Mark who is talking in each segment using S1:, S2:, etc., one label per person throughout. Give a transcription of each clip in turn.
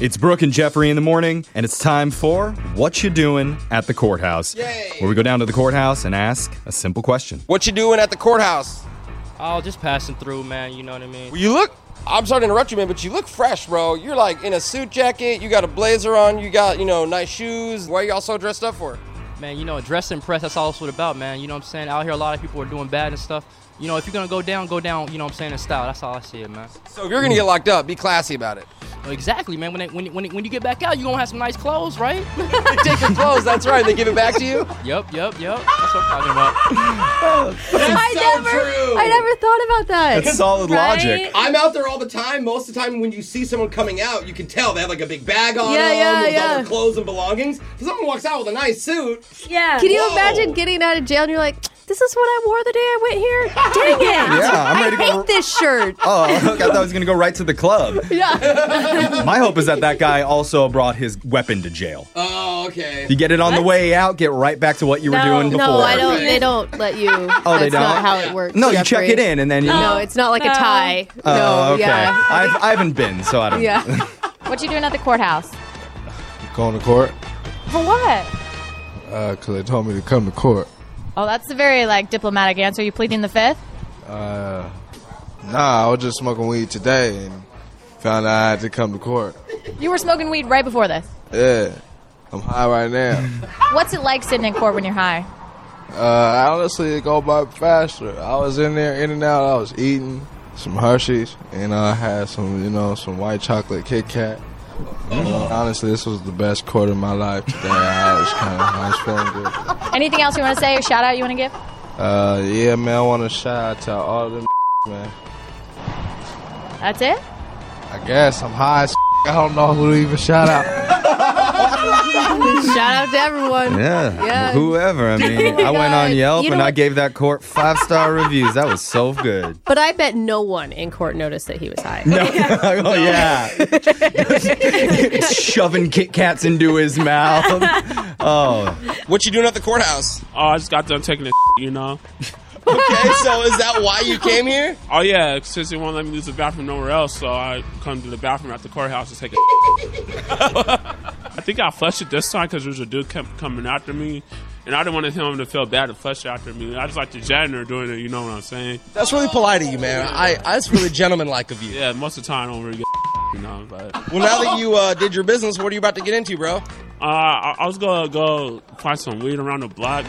S1: It's Brooke and Jeffrey in the morning, and it's time for What You Doing at the Courthouse, where we go down to the courthouse and ask a simple question.
S2: What you doing at the courthouse?
S3: Oh, just passing through, man. You know what I mean?
S2: You look. I'm sorry to interrupt you, man, but you look fresh, bro. You're like in a suit jacket. You got a blazer on. You got you know nice shoes. Why y'all so dressed up for?
S3: Man, you know, dress and press, that's all it's about, man. You know what I'm saying? Out here, a lot of people are doing bad and stuff. You know, if you're going to go down, go down, you know what I'm saying, in style. That's all I see it, man.
S2: So if you're gonna get locked up, be classy about it.
S3: Exactly, man. When, it, when, it- when, it- when you get back out, you're going to have some nice clothes, right?
S2: Take your clothes. That's right. They give it back to you.
S3: yep, yep, yep. That's what I'm talking about.
S4: I
S2: so
S4: never,
S2: true.
S4: I never thought about that.
S1: That's solid logic.
S4: Right?
S2: I'm out there all the time. Most of the time, when you see someone coming out, you can tell they have like a big bag on
S4: Yeah,
S2: them
S4: yeah,
S2: with all
S4: yeah.
S2: their clothes and belongings. If someone walks out with a nice suit,
S4: Yeah. Can you
S2: Whoa.
S4: imagine getting out of jail and you're like, this is what I wore the day I went here? Dang it.
S1: Yeah, I'm ready to
S4: I
S1: go-
S4: hate this shirt.
S1: Oh, I thought I was going to go right to the club.
S4: Yeah.
S1: My hope is that that guy also brought his weapon to jail.
S2: oh okay.
S1: You get it on the way out, get right back to what you were doing before.
S4: no, I don't. They don't let you. Oh,
S1: they
S4: That's not
S1: don't?
S4: how it works.
S1: No, you
S4: Jeffrey.
S1: check it in and then you.
S4: Oh. No, it's not like
S5: No.
S4: a tie.
S1: Oh,
S4: no,
S1: okay.
S4: yeah.
S1: I've, I haven't been, so I don't
S4: Yeah.
S5: What you doing at the courthouse?
S6: Going to court
S5: For what?
S6: because they told me to come to court.
S5: Oh, that's a very like diplomatic answer. You pleading the fifth?
S6: Uh, nah, I was just smoking weed today and found out I had to come to court.
S5: You were smoking weed right before this.
S6: Yeah, I'm high right now.
S5: What's it like sitting in court when you're high?
S6: Uh, honestly, it go by faster. I was in there, in and out. I was eating some Hershey's and I had some, you know, some white chocolate Kit Kat. You know,
S5: Uh-huh.
S6: honestly, this was the best court of my life today. I was kind of, I was feeling good.
S5: Anything else you want to say? A shout out you want to give?
S6: Uh, yeah, man, I want to shout out to all them man.
S5: That's it.
S6: I guess I'm high as I don't know who to even shout out.
S4: Shout out to everyone.
S1: Yeah.
S4: Yeah.
S1: Whoever. I mean, I went on
S4: God.
S1: Yelp
S4: You know
S1: and I
S4: what-
S1: gave that court five star reviews. That was so good.
S4: But I bet no one in court noticed that he was high.
S1: oh, yeah. Shoving Kit Kats into his mouth. Oh.
S2: What you doing at the courthouse?
S7: Oh, I just got done taking a you know.
S2: Okay, so is that why you came here?
S7: Oh yeah, since they won't let me use the bathroom nowhere else, so I come to the bathroom at the courthouse to take a. I think I flushed it this time because there was a dude kept coming after me, and I didn't want him to feel bad to flush after me. I just like the janitor doing it, you know what I'm saying?
S2: That's really polite of you, man. I, I that's really gentlemanlike of you.
S7: Yeah, most of the time I don't really get, you know. But uh,
S2: Well, now that you uh, did your business, what are you about to get into, bro?
S7: I, I was gonna go find some weed around the block.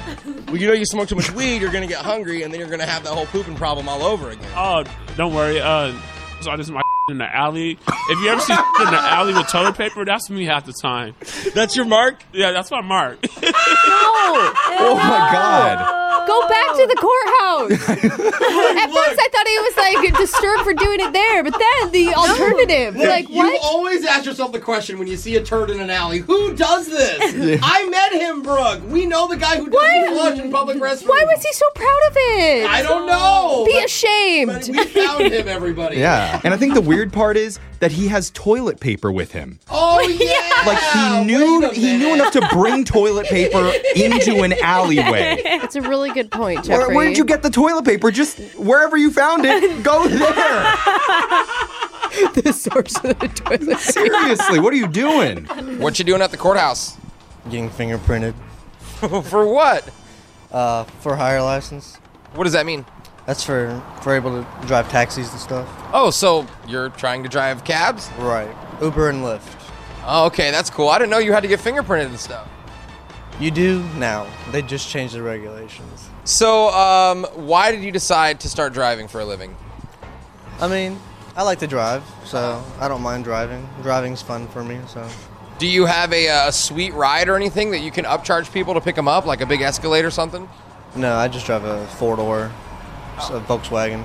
S2: Well, you know you smoke too much weed, you're gonna get hungry, and then you're gonna have that whole pooping problem all over again.
S7: Oh, don't worry. Uh, so I just my in the alley. If you ever see in the alley with toilet paper, that's me half the time.
S2: That's your mark.
S7: Yeah, that's my mark.
S1: Oh, my God.
S4: Go back to the
S2: Oh.
S4: courthouse. At first, I thought he was like disturbed for doing it there, but then the alternative, like
S2: You
S4: what?
S2: always ask yourself the question when you see a turd in an alley: Who does this? I met him, Brooke. We know the guy who doesn't flush in public restrooms.
S4: Why was he so proud of it?
S2: I don't know.
S4: Be
S2: but
S4: ashamed.
S2: we found him, everybody.
S1: Yeah. And I think the weird part is that he has toilet paper with him.
S2: Oh yeah.
S1: Like he knew
S2: Wait a
S1: he knew
S2: minute.
S1: enough to bring toilet paper into an alleyway.
S4: That's a really good point, Jeffrey.
S1: Where, where did you get the toilet paper? Just wherever you found it, go there.
S4: the source of the toilet?
S1: Seriously, what are you doing?
S2: What you doing at the courthouse?
S8: Getting fingerprinted
S2: For what?
S8: uh, for higher license.
S2: What does that mean?
S8: That's for for able to drive taxis and stuff.
S2: Oh, so you're trying to drive cabs?
S8: Right. Uber and Lyft.
S2: Oh, okay, that's cool. I didn't know you had to get fingerprinted and stuff.
S8: You do now. They just changed the regulations.
S2: So, um, why did you decide to start driving for a living?
S8: I mean, I like to drive, so I don't mind driving. Driving's fun for me, so
S2: Do you have a, uh, a sweet ride or anything that you can upcharge people to pick them up, like a big Escalade or something?
S8: no, I just drive a four door, a Volkswagen.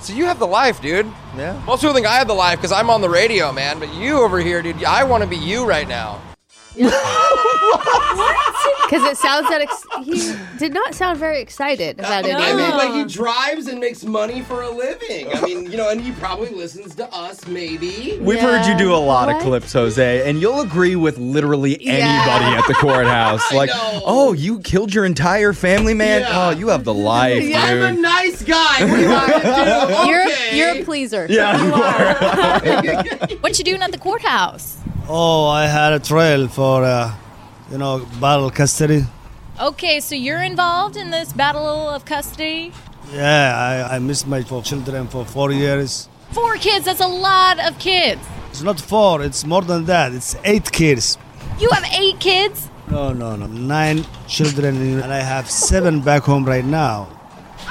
S2: So you have the life, dude.
S8: Yeah.
S2: Most people think I have the life because I'm on the radio, man. But you over here, dude, I want to be you right now.
S4: Because it sounds that ex- he did not sound very excited about it.
S2: I mean,
S4: either.
S2: like he drives and makes money for a living. I mean, you know, and he probably listens to us, maybe.
S1: We've heard you do a lot of
S4: What?
S1: clips, Jose, and you'll agree with literally anybody
S4: Yeah.
S1: at the courthouse. Like,
S2: know.
S1: oh, you killed your entire family, man.
S2: Yeah.
S1: Oh, you have the life,
S2: I'm a
S1: dude.
S2: nice guy. What do you want me to do?
S4: You're,
S2: Okay.
S4: you're a pleaser.
S1: Yeah, you are.
S5: What you doing at the courthouse?
S8: Oh, I had a trial for, uh, you know, battle custody.
S5: Okay, so you're involved in this battle of custody?
S8: Yeah, I, I missed my four children for four years.
S5: Four kids, that's a lot of kids.
S8: It's not four, it's more than that. It's eight kids.
S5: You have eight kids?
S8: No, no, no. Nine children, and I have seven back home right now.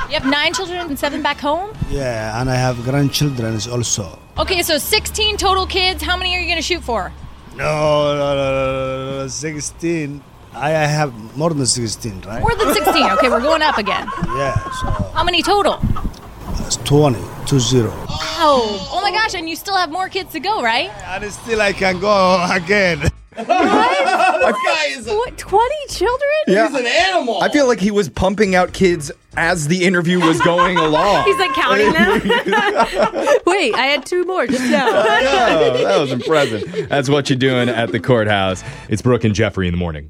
S5: You have nine children and seven back home?
S8: Yeah, and I have grandchildren also.
S5: Okay, so 16 total kids. How many are you going to shoot for?
S8: No, no, no, no, no, no. 16. I, I have more than 16, right?
S5: More than 16. Okay, we're going up again.
S8: Yeah, so
S5: How many total?
S8: it's 20, 2 0.
S5: Oh, oh my gosh, and you still have more kids to go, right?
S8: And still I can go again.
S9: This guy is a,
S4: What, 20 children?
S9: he's an animal.
S1: I feel like he was pumping out kids as the interview was going along.
S4: He's like counting them. Wait, I had two more just now.
S1: oh, that was impressive. That's what you're doing at the courthouse. It's Brooke and Jeffrey in the morning.